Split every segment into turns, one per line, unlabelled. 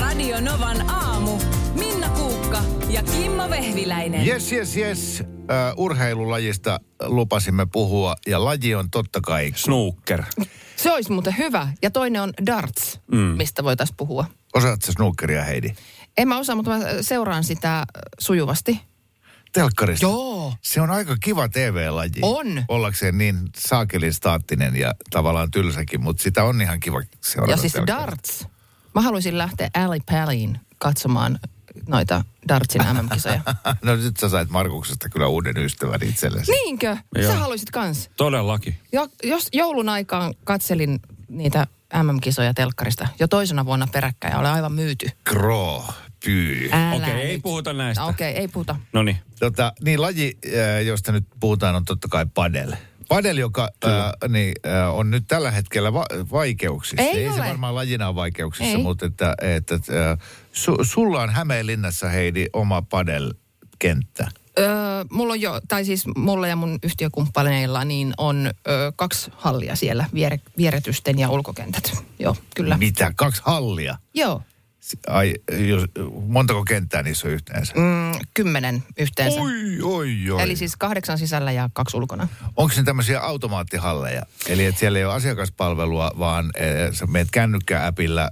Radio Novan aamu. Minna Kuukka ja Kimmo Vehviläinen.
Jes, jes, jes. Ö, urheilulajista lupasimme puhua ja laji on totta kai.
Snooker.
Se olisi muuten hyvä. Ja toinen on darts, mm. mistä voitaisiin puhua.
Osaatko sä snookeria, Heidi?
En mä osaa, mutta mä seuraan sitä äh, sujuvasti.
Telkkarista.
Joo.
Se on aika kiva TV-laji.
On.
Ollakseen niin saakelin staattinen ja tavallaan tylsäkin, mutta sitä on ihan kiva seurata.
ja siis
telkkarista.
darts. Mä haluaisin lähteä Ali Palin katsomaan noita dartsin MM-kisoja.
No nyt sä sait Markuksesta kyllä uuden ystävän itsellesi.
Niinkö? Joo.
Joo.
Sä haluaisit kans.
Todellakin.
Jo, jos joulun aikaan katselin niitä MM-kisoja telkkarista jo toisena vuonna peräkkäin ja olen aivan myyty.
Kroo, pyy.
Älä
Okei, ei
nyt.
puhuta näistä.
Okei, ei puhuta.
No niin.
Tota, niin laji, äh, josta nyt puhutaan, on totta kai padel. Padel, joka äh, niin, äh, on nyt tällä hetkellä va- vaikeuksissa.
Ei
se
ole.
varmaan lajina ole vaikeuksissa,
Ei.
mutta että, että, äh, su- sulla on Hämeenlinnassa, Heidi, oma padel-kenttä.
Öö, mulla on jo, tai siis mulla ja mun yhtiökumppaneilla niin on öö, kaksi hallia siellä, viere, vieretysten ja ulkokentät. Joo, kyllä. Niin.
Mitä? Kaksi hallia?
Joo,
Si- Ai, jos, montako kenttää niissä on yhteensä?
mm, kymmenen yhteensä.
Oi, oi, oi.
Eli siis kahdeksan sisällä ja kaksi ulkona.
Onko ne tämmöisiä automaattihalleja? Eli että siellä ei ole asiakaspalvelua, vaan eh, sä meet kännykkääpillä,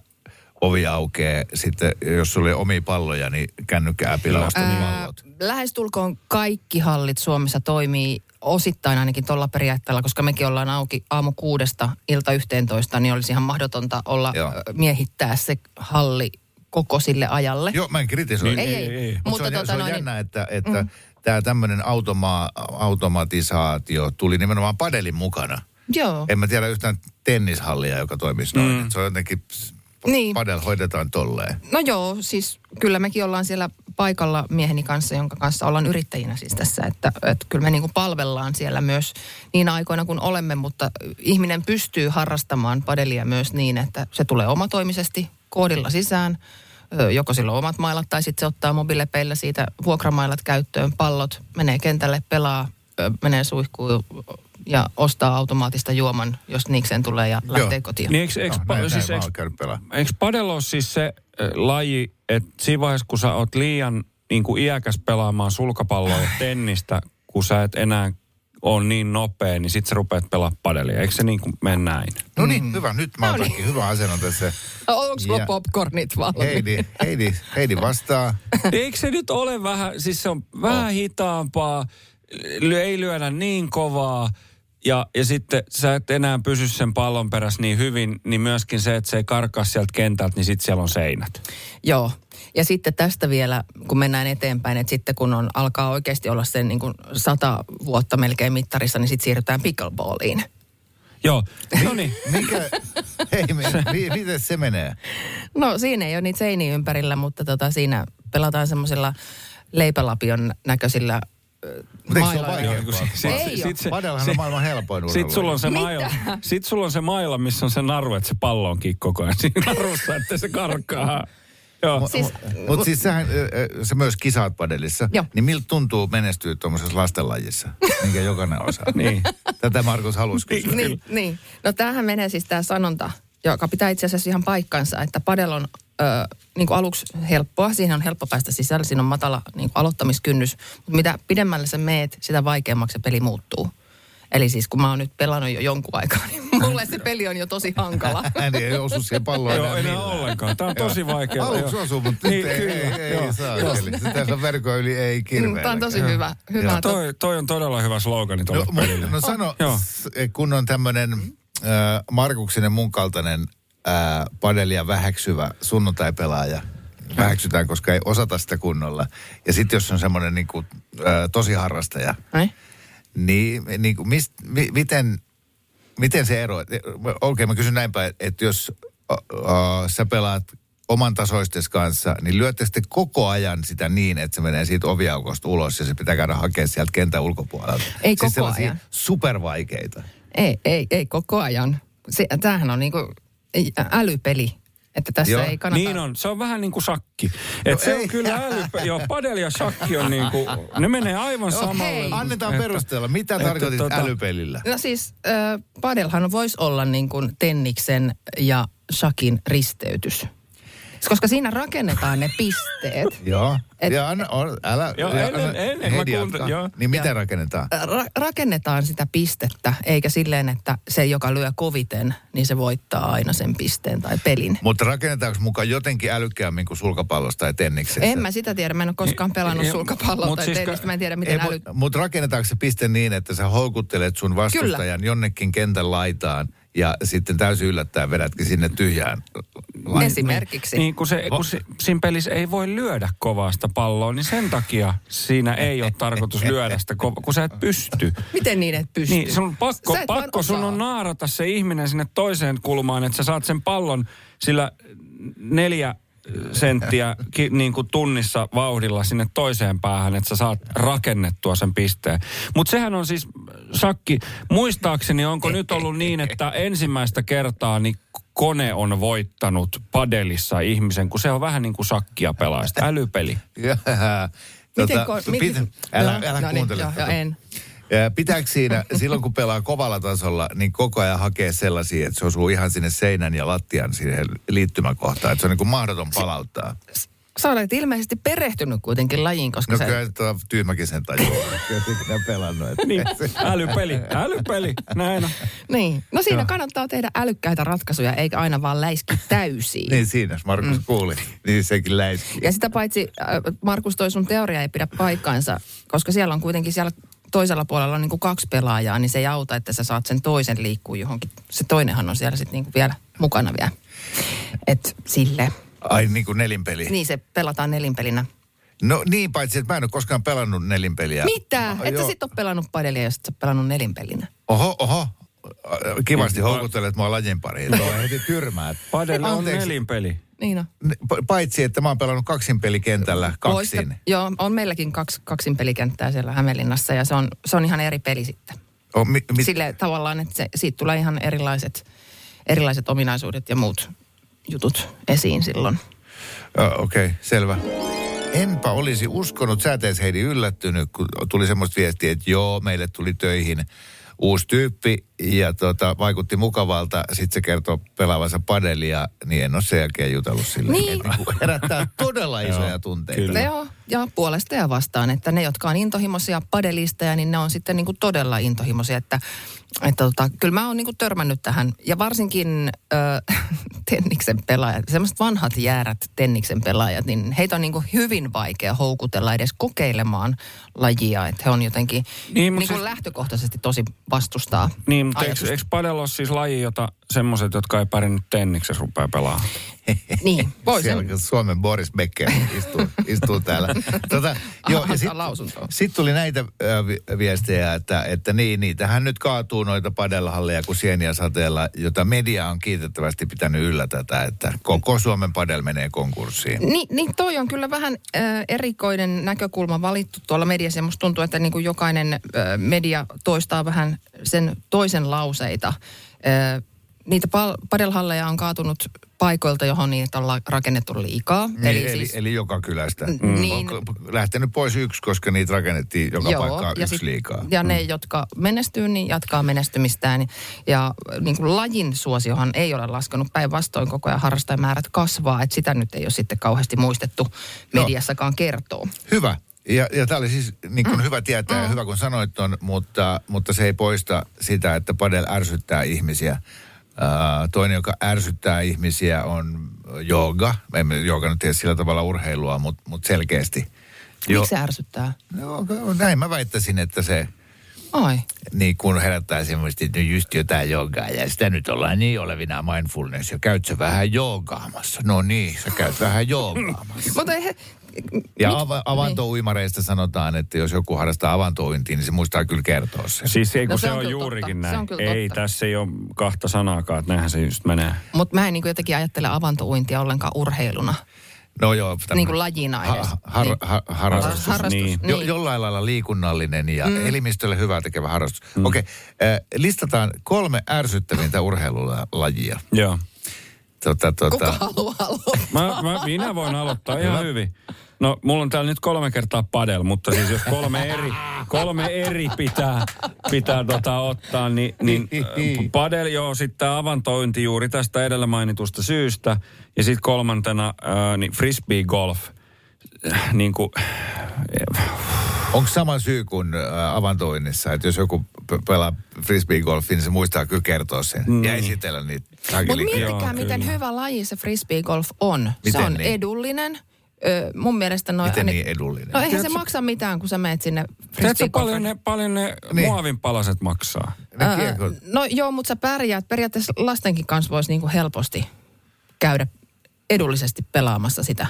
ovi aukeaa. Sitten eh, jos sulla ei ole omia palloja, niin kännykkääpillä ostat pallot.
Lähestulkoon kaikki hallit Suomessa toimii osittain ainakin tuolla periaatteella, koska mekin ollaan auki aamu kuudesta ilta yhteentoista, niin olisi ihan mahdotonta olla
Joo.
ö, miehittää se halli koko sille ajalle.
Joo, mä en kritisoi.
Niin, Ei, ei, ei.
Mut
Mutta
se on,
tota
se on
noin,
jännä, että, että mm. tämä tämmöinen automa- automatisaatio tuli nimenomaan padelin mukana.
Joo.
En mä tiedä yhtään tennishallia, joka toimisi noin. Mm. Se on jotenkin, niin.
Niin.
padel hoidetaan tolleen.
No joo, siis kyllä mekin ollaan siellä paikalla mieheni kanssa, jonka kanssa ollaan yrittäjinä siis tässä, että, että kyllä me niin kuin palvellaan siellä myös niin aikoina kuin olemme, mutta ihminen pystyy harrastamaan padelia myös niin, että se tulee omatoimisesti koodilla sisään, Ö, joko sillä on omat mailat tai sitten se ottaa mobiilepeillä siitä vuokramailat käyttöön, pallot, menee kentälle, pelaa, ö, menee suihkuun ja ostaa automaattista juoman, jos niikseen tulee ja lähtee
Joo.
kotiin.
Niin eikö, eikö,
No,
pa-
näin- näin
siis
mä
eikö,
oon käynyt pelaa.
eikö padel ole siis se äh, laji, että siinä vaiheessa kun sä oot liian niin kuin iäkäs pelaamaan sulkapalloa ja tennistä, kun sä et enää ole niin nopea, niin sit sä rupeat pelaamaan padelia. Eikö se niin kuin mene näin?
No niin, mm. hyvä. Nyt mä
No
otankin hyvä asennon tässä.
Onko
Ja- niin
sulla popcornit valmiit?
Heidi, Heidi, Heidi vastaa.
Eikö se nyt ole vähän, siis se on vähän hitaampaa, ly- ei lyödä niin kovaa, ja, ja sitten sä et enää pysy sen pallon perässä niin hyvin, niin myöskin se, että se ei karkaa sieltä kentältä, niin sitten siellä on seinät.
Joo. Ja sitten tästä vielä, kun mennään eteenpäin, että sitten kun on, alkaa oikeasti olla sen niin kuin sata vuotta melkein mittarissa, niin sitten siirrytään pickleballiin.
Joo, no niin.
Mikä, hei, me, mi, miten se menee?
No siinä ei ole niitä seiniä ympärillä, mutta tota, siinä pelataan semmoisilla leipälapion näköisillä ö,
Mutta eikö se ole
mailoilla.
vaikeampaa?
Ei oo.
Padelhan on maailman helpoin urheilu.
Sitten sulla, on se maila, sit sulla on se maila, missä on se naru, että se pallo on kiinni koko ajan siinä narussa, että se karkaa. Joo.
Siis,
Mutta siis sähän, ö, ö, sä myös kisaat padelissa.
Joo.
Niin miltä tuntuu menestyä tuommoisessa lastenlajissa, minkä jokainen osaa?
Niin.
Tätä Markus halusi kysyä.
niin, niin. No tämähän menee siis tämä sanonta, joka pitää itse asiassa ihan paikkansa, että padel on ö, niin kuin aluksi helppoa, siihen on helppo päästä sisällä, siinä on matala niin kuin aloittamiskynnys, mutta mitä pidemmälle sä meet, sitä vaikeammaksi se peli muuttuu. Eli siis kun mä oon nyt pelannut jo jonkun aikaa, niin mulle se peli on jo tosi hankala.
Hän ei osu siihen palloon
Joo,
enää
enää
millään.
ollenkaan. Tämä on tosi vaikeaa.
Aluksi
joo.
osuu, mutta nyt
Niin,
ei, ei,
kyllä,
ei,
joo.
ei saa. Tässä on verkko yli, ei kirveellä.
Tämä Mm, on tosi hyvä.
Joo.
hyvä
Toi, toi on todella hyvä slogani tuolle
No,
no,
mu-
pelille.
no sano,
Joo.
s- kun on tämmöinen äh, Markuksen ja mun kaltainen äh, padelia vähäksyvä sunnuntai-pelaaja, vähäksytään, koska ei osata sitä kunnolla. Ja sitten jos on semmoinen niin kuin, äh, tosi harrastaja,
Ai?
niin, niin kuin, mist, mi, miten, miten se ero? Okei, okay, mä kysyn näin päin, että jos äh, äh, sä pelaat oman tasoistes kanssa, niin lyötte sitten koko ajan sitä niin, että se menee siitä oviaukosta ulos ja se pitää käydä hakemaan sieltä kentän ulkopuolelta.
Ei koko
siis sellaisia
ajan.
supervaikeita.
Ei, ei, ei koko ajan. Se, tämähän on niinku älypeli, että tässä
Joo.
ei kannata...
Niin on, se on vähän niin kuin shakki. Et se
No ei.
on kyllä älypä, joo, padel ja shakki on niin kuin, ne menee aivan
Joo,
samalle.
hei.
Annetaan
Että-
perustella, mitä
että
tarkoitit
tota-
älypelillä?
No siis äh, padelhan voisi olla niin kuin tenniksen ja shakin risteytys. Koska siinä rakennetaan ne pisteet.
Joo.
Et-
ja anna, on, älä,
Joo,
ja
ennen-
anna-
ennen mä
Heidi
kuuntelin,
jatkaa.
joo.
Niin miten
Joo.
rakennetaan?
Ra- rakennetaan sitä pistettä, eikä silleen, että se, joka lyö koviten, niin se voittaa aina sen pisteen tai pelin.
Mutta rakennetaanko mukaan jotenkin älykkäämmin kuin sulkapallosta tai tenniksessä?
En mä sitä tiedä, mä en ole koskaan pelannut
siis Niin, Ei,
sulkapalloa
mut
tai
siis ka-
tennistä, mä en tiedä miten äly...
Mutta mut rakennetaanko se piste niin, että sä houkuttelet sun vastustajan jonnekin kentän laitaan ja sitten täysin yllättäen vedätkin sinne tyhjään laitaan?
Esimerkiksi.
Niin kun, se, kun se, siinä pelissä ei voi lyödä kovaa sitä palloa, niin sen takia siinä ei ole tarkoitus lyödä sitä, ko- kun sä et pysty.
Miten niin, että pystyy?
Niin, sun on pakko,
Sä et vaan
pakko sun
osaa.
on naarata se ihminen sinne toiseen kulmaan, että sä saat sen pallon sillä neljä äh, senttiä ki, niin kuin tunnissa vauhdilla sinne toiseen päähän, että sä saat rakennettua sen pisteen. Mutta sehän on siis, Sakki, muistaakseni onko nyt ollut niin, että ensimmäistä kertaa niin kone on voittanut padelissa ihmisen, kun se on vähän niin kuin sakkia pelaista, älypeli.
Jaha.
Miten
Tota,
ko-
pit-
miten-
älä,
Joo.
älä
No niin,
kuuntele.
joo,
tota.
joo, en.
Ää, Pitääkö siinä, silloin kun pelaa kovalla tasolla, niin koko ajan hakee sellaisia, että se osuu ihan sinne seinän ja lattian siihen liittymäkohtaan, että se on niin kuin mahdoton
No
palauttaa.
Sä olet ilmeisesti perehtynyt kuitenkin lajiin, koska
No
sä...
kyllä tuo tyhmäkin sen tajuu. Kyllä se ikinä pelannut. että-
Niin, älypeli, älypeli, näin on.
Niin. No siinä kannattaa tehdä älykkäitä ratkaisuja, eikä aina vaan läiski täysiin.
Niin siinä, jos Markus
Mm.
kuuli, niin sekin läiski.
Ja sitä paitsi, äh, Markus, toi sun teoria ei pidä paikkaansa, koska siellä on kuitenkin siellä toisella puolella on niin kuin kaksi pelaajaa, niin se ei auta, että sä saat sen toisen liikkuu johonkin. Se toinenhan on siellä sitten niin vielä mukana vielä. Et sille.
Ai niin kuin nelinpeli.
Niin se pelataan nelinpelinä.
No niin, paitsi että mä en ole koskaan pelannut nelinpeliä.
Mitä?
No,
Et sä
joo.
sit ole pelannut padelia, jos et sä oot pelannut nelinpelinä.
Oho, oho. Äh, Kivasti
Niin, mä-
houkuttelet mua lajin pariin. Tuo heti tyrmäät.
Padel on
Anteeksi.
nelinpeli.
Niin on.
Ne- pa- Paitsi, että mä oon pelannut kaksin pelikentällä kaksin.
Loista- Joo, on meilläkin kaksi, kaksin pelikenttää siellä Hämeenlinnassa ja se on, se on ihan eri peli sitten.
O, mi, mi,
Sille tavallaan, että se, siitä tulee ihan erilaiset, erilaiset ominaisuudet ja muut jutut esiin silloin.
Ö, Okei, okay, selvä. Enpä olisi uskonut, sä et edes Heidi yllättynyt, kun tuli semmoista viestiä, että joo, meille tuli töihin uusi tyyppi ja tota, vaikutti mukavalta. Sitten se kertoo pelaavansa padelia, niin en ole sen jälkeen jutellut sille.
Niin.
Et niinku herättää todella isoja tunteita.
kyllä.
No joo, ja puolesta ja vastaan, että ne, jotka on intohimoisia padelisteja, niin ne on sitten niin kuin todella intohimoisia, että, että tota, kyllä mä oon niin kuin törmännyt tähän. Ja varsinkin ö, tenniksen pelaajat, semmoiset vanhat jäärät tenniksen pelaajat, niin heitä on niin kuin hyvin vaikea houkutella edes kokeilemaan lajia, että he on jotenkin niin,
Niin, mut
niin kuin
siis-
lähtökohtaisesti tosi vastustaa
Niin, mutta
ajatusta.
eikö, eikö padel ole siis laji, jota semmoiset, jotka ei pärjännyt tenniksessä, rupeaa pelaamaan?
Niin, voi sen.
Siellä Suomen Boris Becker istuu, istuu täällä. Tota, joo,
Antaa
ja sit,
lausuntoa.
sit tuli näitä ö, vi- viestejä, että, että niin, niitähän nyt kaatuu noita padelhalleja kuin sieniä sateella, jota media on kiitettävästi pitänyt yllä tätä, että koko Suomen padel menee konkurssiin.
Niin, niin toi on kyllä vähän äh, erikoinen näkökulma valittu tuolla mediassa. Ja musta tuntuu, että niin kuin jokainen äh, media toistaa vähän sen toisen lauseita. Äh, niitä pal- padelhalleja on kaatunut paikoilta, johon niitä on la- rakennettu liikaa.
Eli, eli, siis, eli joka kylästä.
Mm. Niin.
On lähtenyt pois yksi, koska niitä rakennettiin joka Joo, paikkaan
ja
yksi
sit-
liikaa. Mm.
Ja ne, jotka menestyy, niin jatkaa menestymistään. Ja niin kuin lajin suosiohan ei ole laskenut päinvastoin, koko ajan harrastajamäärät kasvaa. Että sitä nyt ei ole sitten kauheasti muistettu
Joo.
mediassakaan kertoa.
Hyvä. Ja, ja tämä oli siis niin kuin hyvä tietää ja hyvä kun sanoit ton, mutta, mutta se ei poista sitä, että padel ärsyttää ihmisiä. Äh, toinen, joka ärsyttää ihmisiä on jooga. Emme jooga nyt tee sillä tavalla urheilua, mutta mut selkeästi.
Miksi se ärsyttää?
No, näin mä väittäisin, että se
Ai.
niin kun herättää semmoista, että no just jotain joogaa ja sitä nyt ollaan niin olevina mindfulness ja käyt sä vähän joogaamassa. No niin, sä käyt vähän joogaamassa.
Mutta eihän,
Ja ava-
niin.
avantouimareista sanotaan, että jos joku harrastaa avantouintia, niin se muistaa kyllä kertoa sen.
Siis ei kun
No
se,
se
on,
on kyllä
juurikin
totta.
näin.
Se on kyllä
ei,
totta.
tässä ei ole kahta sanaakaan, että näinhän se just menee.
mutta mä en niin jotenkin ajattele avantouintia ollenkaan urheiluna.
No joo.
Niin kuin lajina edes.
Ha- har-
Niin.
ha- harrastus.
Harrastus,
Harrastus,
niin.
niin.
Jo, jollain lailla liikunnallinen ja mm. elimistölle hyvää tekevä harrastus. Mm. Okei, okay, listataan kolme ärsyttävintä urheilulajia.
Joo.
Tota, tota,
Kuka haluaa aloittaa?
Mä, mä, minä voin aloittaa ihan hyvin. No, mulla on täällä nyt kolme kertaa padel, mutta siis jos kolme eri, kolme eri pitää, pitää tota ottaa, niin, niin äh, padel, joo, sitten avantointi juuri tästä edellä mainitusta syystä. Ja sitten kolmantena äh, niin frisbee golf. Äh, niin kuin,
Onko sama syy kuin ä, avantoinnissa, että jos joku p- pelaa frisbeegolfin, niin se muistaa kyllä kertoa sen mm. ja esitellä niitä.
Mutta
Mutta
Joo, kyllä.
miettikää, miten hyvä laji se frisbeegolf on.
Miten
se on
niin?
edullinen. Ö, mun mielestä noin...
Miten niin edullinen?
No eihän se maksa mitään, kun sä meet sinne
Tiedätkö, paljon
frisbeegolfin.
ne, paljon ne niin.
Niin.
muovin palaset maksaa?
Ne
Ää,
kiekot.
No joo, mutta sä pärjäät. Periaatteessa lastenkin kanssa voisi niinku helposti käydä edullisesti pelaamassa sitä.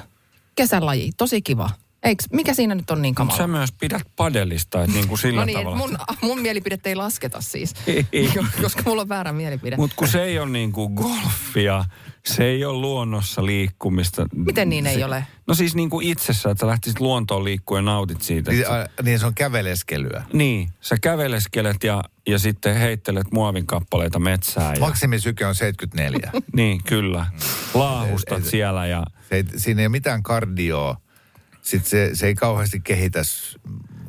Kesälaji, tosi kiva. Eiks, mikä siinä nyt on niin
Mutta sä
kamala?
myös pidät padelista, että niin kuin sillä
No niin,
tavalla.
mun, mun mielipidettä ei lasketa siis, koska mulla on väärä mielipide.
Mutta kun se ei ole niin kuin golfia, se ei ole luonnossa liikkumista.
Miten niin ei
Se-
ole?
No siis niin kuin itsessä, että sä lähtisit luontoon liikkua ja nautit siitä.
Niin,
Sä-
a, niin se on käveleskelyä.
Niin, sä käveleskelet ja, ja sitten heittelet muovin kappaleita metsään. Ja,
Maksimisyke on 74.
niin, kyllä.
Mm.
Laahustat siellä ja...
se ei, siinä ei ole mitään kardioa. Sitten se, se ei kauheasti kehitä s-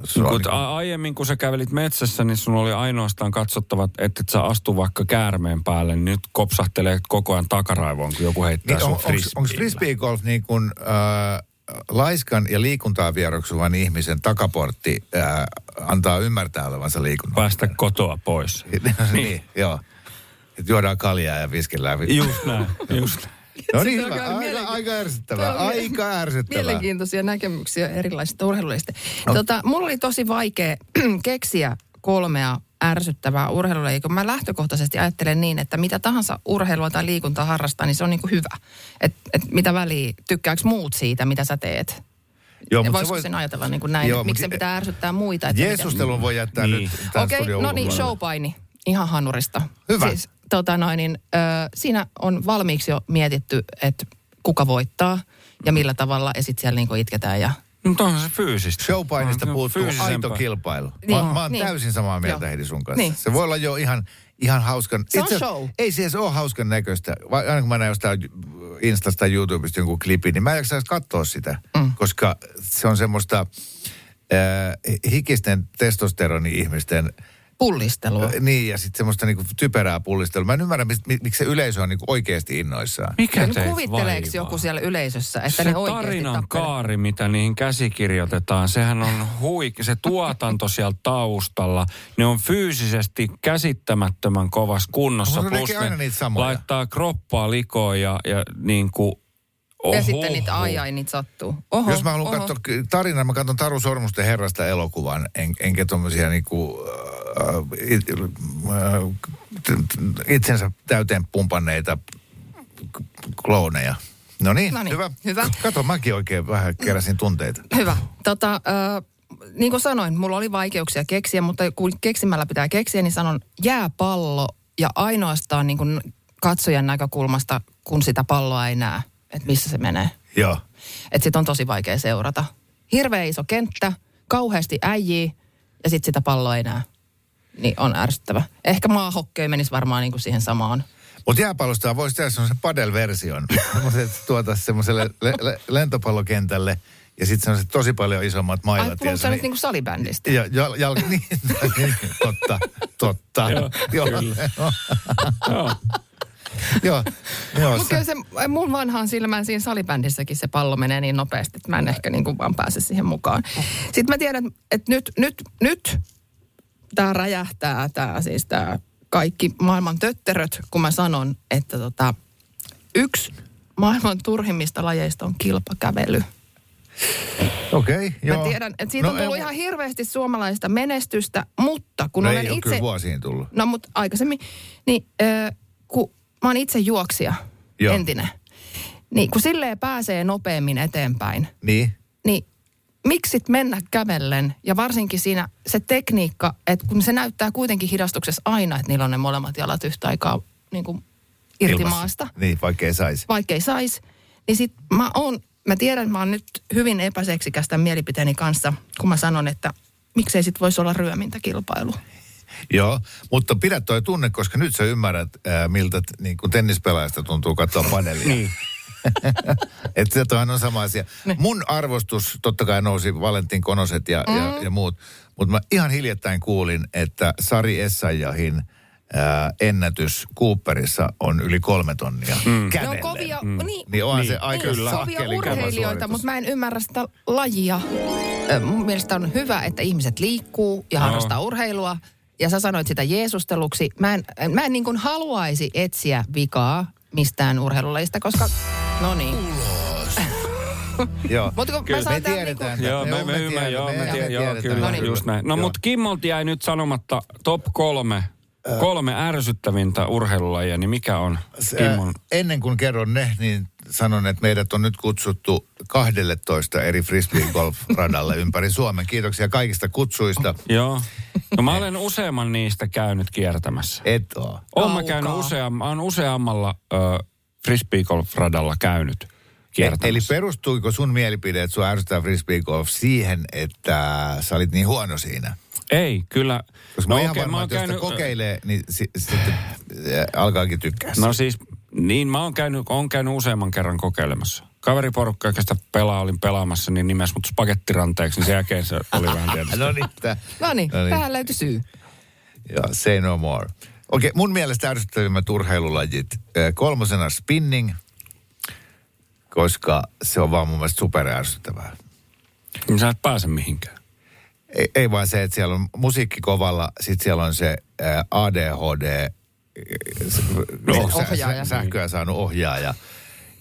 sua.
Kun
Niin kuin-
a- aiemmin kun sä kävelit metsässä, niin sun oli ainoastaan katsottava, että et sä astu vaikka käärmeen päälle. Nyt kopsahtelee koko ajan takaraivoon, kun joku heittää
Niin,
niin, sun
on, Onko
frisbeellä.
frisbeegolf niin kuin, äh, laiskan ja liikuntaa vieroksuvan ihmisen takaportti äh, antaa ymmärtää olevansa liikunnan?
Päästä kotoa pois.
niin, joo. Et juodaan kaljaa ja viskellään.
Just näin, just näin.
No niin,
Siis
hyvä.
on kyllä
Aika,
mielenki-
aika
Tämä
ärsyttävää.
on mie-
Aika ärsyttävää. No.
Mielenkiintoisia näkemyksiä erilaisista urheilullista. Tota, mulla oli tosi vaikea keksiä kolmea ärsyttävää urheilulajia, kun mä lähtökohtaisesti ajattelen niin, että mitä tahansa urheilua tai liikuntaa harrastaa, niin se on niinku hyvä. Et, et mitä väliä, tykkääkö muut siitä, mitä sä teet?
Joo,
Ja
mutta
voisiko
voit-
sen ajatella niin kuin näin,
Joo,
että
mut
miksi
je-
sen pitää ärsyttää muita? että miten-
Jeesustelun voi jättää
Niin.
nyt tämän
Okei,
studion
no niin,
ulkopuolelle.
showpaini. Ihan hanurista.
Hyvä.
Siis, tota noin, niin, ö, siinä on valmiiksi jo mietitty, että kuka voittaa ja millä tavalla, ja sitten siellä niinku itketään. Ja...
Mutta onhan se fyysistä.
Showpainista
Onhan se
puuttuu aito
fyysisempää.
kilpailu. Niin,
Niin,
mä, mä oon niin.
niin.
täysin samaa mieltä
Joo.
Heidi sun kanssa. Niin.
Niin.
Se voi olla jo ihan, ihan hauskan.
Se on
Itse asiassa
show.
Ei se edes ole hauskan näköistä. Va- Aina kun mä näen jostain Instasta tai YouTubesta jonkun klipin, niin mä en jaksa edes katsoa sitä. Mm. Koska se on semmoista äh, hikisten testosteroni-ihmisten
Pullistelua.
Niin, ja sitten semmoista niinku typerää pullistelua. Mä en ymmärrä, miksi mik, miksi se yleisö on niinku oikeasti innoissaan.
Mikä
Nyt
teitä
kuvitteleeko
vaivaa?
No, niin joku siellä yleisössä, että
se
ne oikeasti
tarinan
tappelee?
kaari, mitä niihin käsikirjoitetaan, sehän on huikea. Se tuotanto siellä taustalla, ne on fyysisesti käsittämättömän kovassa kunnossa.
Mutta ne tekee aina niitä samoja.
laittaa kroppaa likoon ja, ja niin kuin...
Ja sitten niitä ai ai, niitä sattuu. Oho,
Jos mä haluan
oho.
katsoa k- tarinan, mä katson Taru Sormusten herrasta elokuvan, en, enkä tommosia niinku, äh, it, äh, t- t- itsensä täyteen pumpanneita k- klooneja. No niin,
Noniin,
hyvä.
hyvä.
Kato, mäkin oikein vähän keräsin tunteita.
Hyvä. Tota, ö, niin kuin sanoin, mulla oli vaikeuksia keksiä, mutta kun keksimällä pitää keksiä, niin sanon jääpallo ja ainoastaan niin kuin katsojan näkökulmasta, kun sitä palloa ei näe, että missä se menee.
Joo.
Että sit on tosi vaikea seurata. Hirveä iso kenttä, kauheasti äijiä ja sit sitä palloa ei näe. Niin on ärsyttävä. Ehkä maahokkei menisi varmaan niin kuin siihen samaan.
Mutta jääpallosta voisi tehdä semmoisen padel-version. Semmoiset tuota semmoiselle le- le- lentopallokentälle ja sitten semmoiset tosi paljon isommat
Ai,
mailat.
puhutko
tiedätkö,
sä nyt niin kuin salibändistä?
Ja, jal, jal, niin, niin, totta, totta. Joo, joo, joo, joo,
Mutta
se,
kyllä se mun vanhaan silmään siinä salibändissäkin se pallo menee niin nopeasti, että mä en ehkä niin kuin vaan pääse siihen mukaan. Sitten mä tiedän, että nyt, nyt, nyt tämä räjähtää, tämä siis tämä kaikki maailman tötteröt, kun mä sanon, että tota, yksi maailman turhimmista lajeista on kilpakävely.
Okei, okay, joo.
Mä tiedän, että siitä no, on tullut
ei-
ihan hirveästi suomalaista menestystä, mutta kun
no
olen
ei ole
itse...
kyllä vuosiin tullut.
No mutta aikaisemmin, niin ö, kun mä oon itse juoksija,
Joo.
Joo. entinen, niin kun silleen pääsee nopeammin eteenpäin,
Niin,
niin miksi sit mennä kävellen? Ja varsinkin siinä se tekniikka, että kun se näyttää kuitenkin hidastuksessa aina, että niillä on ne molemmat jalat yhtä aikaa niin kuin irti
ilmassa.
maasta,
Niin, vaikka ei saisi.
vaikka ei saisi, niin sit mä oon, mä tiedän, että mä oon nyt hyvin epäseksikäs tämän mielipiteeni kanssa, kun mä sanon, että miksei sit voisi olla ryömintäkilpailu.
Joo, mutta pidä toi tunne, koska nyt sä ymmärrät, ää, miltä t- niin kuin tennispelaajasta tuntuu katsoa panelia. niin. Että se toihan on sama asia. Mun arvostus totta kai nousi Valentin Konoset ja, mm. ja, ja muut. Mutta mä ihan hiljattain kuulin, että Sari Essayahin ää, ennätys Cooperissa on yli kolme tonnia mm.
Ne on
kävellen.
kovia, mm. niin,
Niin onhan se aika
Niin, kovia
sahkelin kova
urheilijoita,
suoritus.
mutta mä en ymmärrä sitä lajia. Ö, Mun mielestä on hyvä, että ihmiset liikkuu ja harrastaa urheilua. Ja sä sanoit sitä Jeesusteluksi. Mä en, en- mä en niin kuin haluaisi etsiä vikaa mistään urheilulajista, koska... No niin.
Joo.
Mut kun mä
Kyllä.
saan
me
tän niinku-
No, tiedetään.
Joo, me, me, me ymmärrämme, joo, me, tiedä, joo, kyllä,
No niin.
just näin. No,
Joo.
mutta Kimmolti jäi nyt sanomatta top kolme, kolme ärsyttävintä urheilulajia, niin mikä on
Se,
Kimmon?
Ennen kuin kerron ne, niin sanon, että meidät on nyt kutsuttu 12 eri frisbee golf radalle ympäri Suomen. Kiitoksia kaikista kutsuista.
Joo. No mä olen useamman niistä käynyt kiertämässä.
Et oo.
Olen mä
Kaukaa.
käynyt useam, mä oon useammalla ö, frisbeegolf-radalla käynyt
E-
kiertämässä.
Eli perustuiko sun mielipide, että sua ärsyttää frisbee golf siihen, että sä olit niin huono siinä?
Ei, kyllä.
Koska no mä oon ihan
okei,
varma,
oon
että jos sitä kokeilee, niin si- sitten äh, alkaakin tykkää.
No siis, niin mä oon käynyt, oon käynyt useamman kerran kokeilemassa. Kaveriporukka, joka sitä pelaa, olin pelaamassa, niin nimes mut spagettiranteeksi, niin sen jälkeen se oli vähän tietysti.
no niin, tää-
No niin, tähän löytyi syy.
Ja say no more. Okei, mun mielestä ärsyttävimmät urheilulajit. Ö, Kolmosena spinning, koska se on vaan mun mielestä superärsyttävää.
Niin sä et pääse mihinkään.
Ei, ei vaan se, että siellä on musiikki kovalla, sit siellä on se ö, ADHD, ö, s-
ohjaaja.
niin sä- sähköä saanut ohjaaja.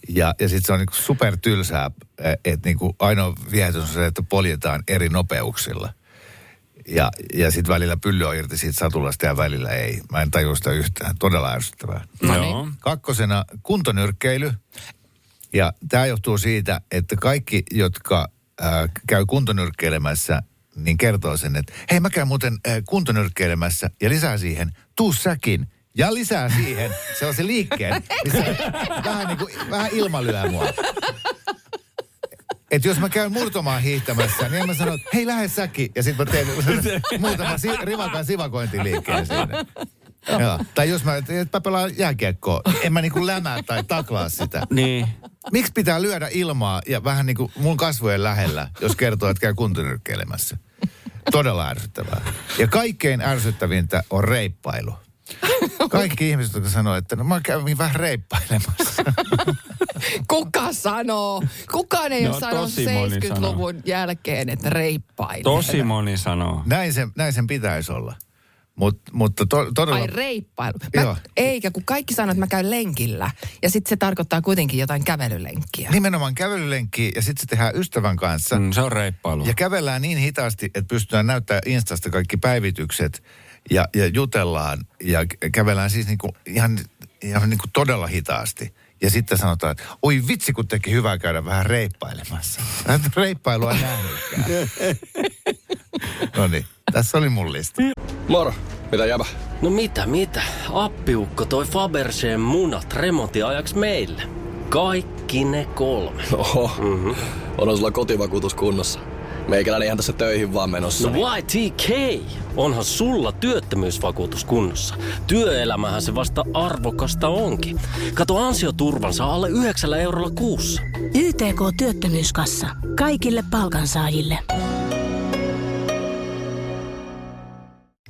Ja, ja sitten se on niinku supertylsää, ö, että niinku ainoa viehätys on se, että poljetaan eri nopeuksilla. Ja, ja sitten välillä pylly on irti siitä satulasta ja välillä ei. Mä en tajua sitä yhtään. Todella ärsyttävää.
No Joo.
Kakkosena kuntonyrkkeily. Ja tämä johtuu siitä, että kaikki, jotka äh, käy kuntonyrkkeilemässä, niin kertoo sen, että hei mä käyn muuten äh, kuntonyrkkeilemässä ja lisää siihen, tuu säkin. Ja lisää siihen sellaisen liikkeen, missä vähän, niin kuin, vähän ilma lyö mua. Et jos mä käyn murtomaan hiihtämässä, niin en mä sano, että hei lähde säkin. Ja sitten mä teen muutaman si- rivakan sivakointiliikkeen siinä. Joo. Tai jos mä, et mä pelaan jääkiekkoa, niin en mä niinku lämää tai taklaa sitä.
Niin.
Miksi pitää lyödä ilmaa ja vähän niinku mun kasvojen lähellä, jos kertoo, että käy kuntonyrkkeilemässä? Todella ärsyttävää. Ja kaikkein ärsyttävintä on reippailu. Kaikki ihmiset, jotka sanoo, että no mä kävin vähän reippailemassa.
Kuka sanoo? Kukaan ei
No,
ole sanonut
tosi moni
70-luvun jälkeen, että reippailee.
Tosi moni sanoo.
Näin sen, näin sen pitäisi olla. Mut, mutta to, todella...
Ai reippailu.
No Joo.
Mä, eikä, kun kaikki sanoo, että mä käyn lenkillä. Ja sitten se tarkoittaa kuitenkin jotain kävelylenkkiä.
Nimenomaan kävelylenkki ja sitten se tehdään ystävän kanssa.
Mm, se on reippailu.
Ja kävellään niin hitaasti, että pystytään näyttämään Instasta kaikki päivitykset ja, ja jutellaan. Ja k- kävellään siis niinku ihan, ihan niinku todella hitaasti. Ja sitten sanotaan, että oi vitsi kun teki hyvää käydä vähän reippailemassa. Mä en reippailua nähnytkään. no niin, tässä oli mun lista.
niin.
Moro, mitä jäbä?
No mitä, mitä? Appiukko toi Faberseen munat remontiajaksi meille. Kaikki ne kolme.
Oho,
Mhm.
mm-hmm. onhan sulla kotivakuutus kunnossa. Meikäläinen ihan tässä töihin vaan menossa.
No YTK, onhan sulla työttömyysvakuutus kunnossa. Työelämähän se vasta arvokasta onkin. Kato ansioturvansa alle 9 eurolla kuussa.
YTK Työttömyyskassa. Kaikille palkansaajille.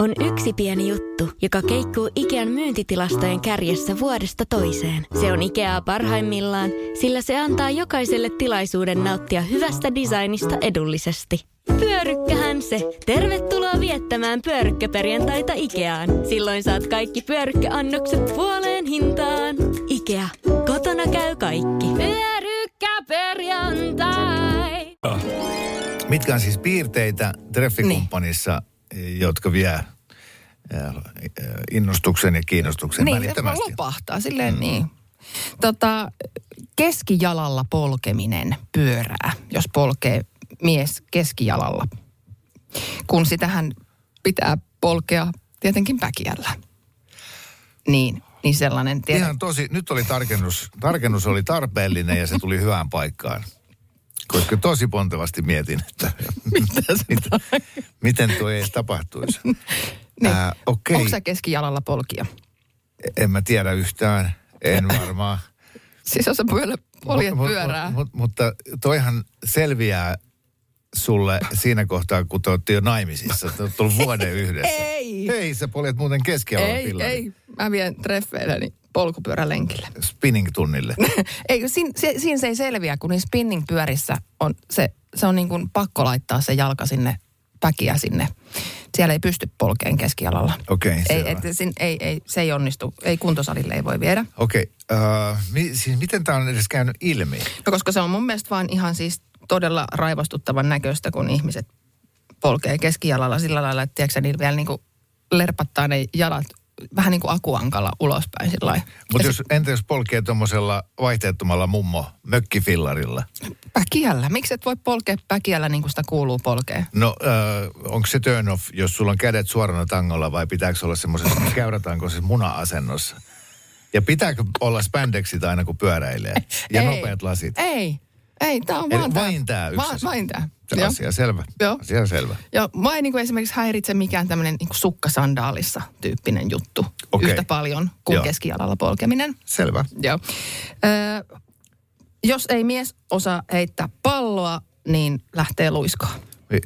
On yksi pieni juttu, joka keikkuu Ikean myyntitilastojen kärjessä vuodesta toiseen. Se on Ikeaa parhaimmillaan, sillä se antaa jokaiselle tilaisuuden nauttia hyvästä designista edullisesti. Pyörykkähän se! Tervetuloa viettämään pyörykkäperjantaita Ikeaan. Silloin saat kaikki pyörykkäannokset puoleen hintaan. Ikea, kotona käy kaikki. Pyörykkäperjantai!
Mitkä on siis piirteitä treffikumppanissa, jotka vie äh, äh, innostuksen ja kiinnostuksen
Niin, jotka
välittömästi?
lopahtaa, silleen mm. niin. Tota, keskijalalla polkeminen pyörää, jos polkee mies keskijalalla. Kun sitähän pitää polkea tietenkin päkiällä. Niin, niin sellainen tietenkin.
Ihan tosi, nyt oli tarkennus, tarkennus oli tarpeellinen ja se tuli hyvään paikkaan. Koska tosi pontevasti mietin, että mitä, miten tuo ei tapahtuisi.
Niin.
Ää, okei.
Onko sä keskijalalla polkija?
En mä tiedä yhtään, en varmaan.
Siis jos sä pyöllä, poljet
Mut- mut-
pyörää.
mut- mut- Mutta toihan selviää sulle siinä kohtaa, kun te olette jo naimisissa. Te olette ollut vuoden yhdessä.
Ei.
Ei, sä poljet muuten keskialalla
ei, ei. Mä vien treffeilläni polkupyörälenkille.
Spinning-tunnille.
Ei, siinä, se, siinä se ei selviä, kun niissä spinningpyörissä on se, se on niin kuin pakko laittaa se jalka sinne, päkiä sinne. Siellä ei pysty polkeen keskialalla.
Okei,
ei,
selvä.
et, sin, ei, ei, se ei onnistu. Ei kuntosalille ei voi viedä.
Okei, okay, mi, siis miten tämä on edes käynyt ilmi?
No koska se on mun mielestä vaan ihan siis todella raivostuttavan näköistä, kun ihmiset polkee keskijalalla sillä lailla, että tiedätkö, sä, niillä vielä niin kuin lerpattaa ne jalat vähän niin kuin akuankalla ulospäin sillä lailla.
Mutta jos, entä jos polkee tuommoisella vaihteettomalla mummo mökkifillarilla?
Päkiällä. Miksi et voi polkea päkiällä niin kuin sitä kuuluu polkea?
No, äh, onko se turn off, jos sulla on kädet suorana tangolla vai pitääkö olla semmoisessa käyrätankoisessa muna-asennossa? Ja pitääkö olla spandexit aina kun pyöräilee? Ja
Ei.
nopeat lasit?
Ei, ei, tämä on
Eli
vaan
vain tää yksi
Vaan,
asia.
vain tämä.
Se
Joo.
asia selvä.
Joo.
Asia selvä.
Joo, mua ei niinku esimerkiksi häiritse mikään tämmöinen niinku sukkasandaalissa tyyppinen juttu
Okei.
yhtä paljon kuin
Joo.
Joo. keskijalalla polkeminen.
Selvä.
Joo. Öö, jos ei mies osaa heittää palloa, niin lähtee luiskoon.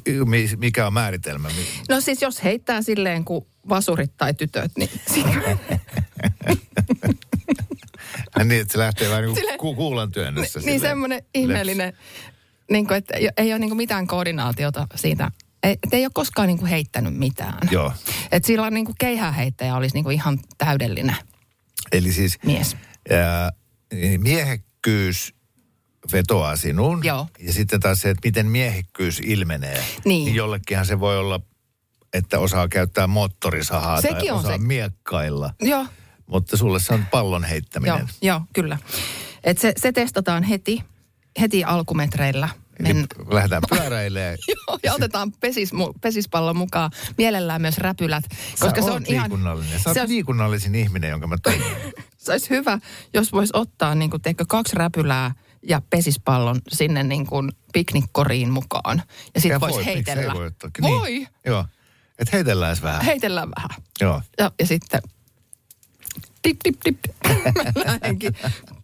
Mi- mi- mikä on määritelmä? Mi-
No siis jos heittää silleen kuin vasurit tai tytöt, niin sitten
niin, että se lähtee vähän niin kuin
Sille-
ku- kuulan työnnössä.
niin
silleen.
semmoinen ihmeellinen, niin kuin, että ei- ei ole niin kuin mitään koordinaatiota siitä. Ei, et ei ole koskaan niin kuin heittänyt mitään.
Joo.
Et sillä on niin kuin keihääheittäjä olisi niin kuin ihan täydellinen
Eli siis
mies.
ää, niin miehekkyys vetoaa sinuun.
Joo.
Ja sitten taas se, että miten miehekkyys ilmenee.
Niin.
Jollekinhan se voi olla, että osaa käyttää moottorisahaa tai
Sekin on
osaa
se-
miekkailla.
Joo,
Mutta sulle se on pallon
joo,
heittäminen.
joo kyllä. Et se, se testataan heti, heti alkumetreillä.
Eli
Men,
lähdetään pyöräilemään.
joo, ja otetaan pesis, mu- pesispallon mukaan mielellään myös räpylät, koska
Sä
se
oot
on ihan...
liikunnallinen. Sä
Se
oot
on,
liikunnallisin ihminen, jonka mä tunnen.
se olisi hyvä, jos voisi ottaa niin kuin, teikö, kaksi räpylää ja pesispallon sinne niin kuin, piknikkoriin mukaan. Ja
Ja
sitten voisi
voi, miksi
heitellä.
Ei voi, ottaa?
voi
Niin. Joo. Että heitelläis vähän.
heitellään vähän.
Joo.
Ja, ja sitten tip, tip, tip, mä lähdenkin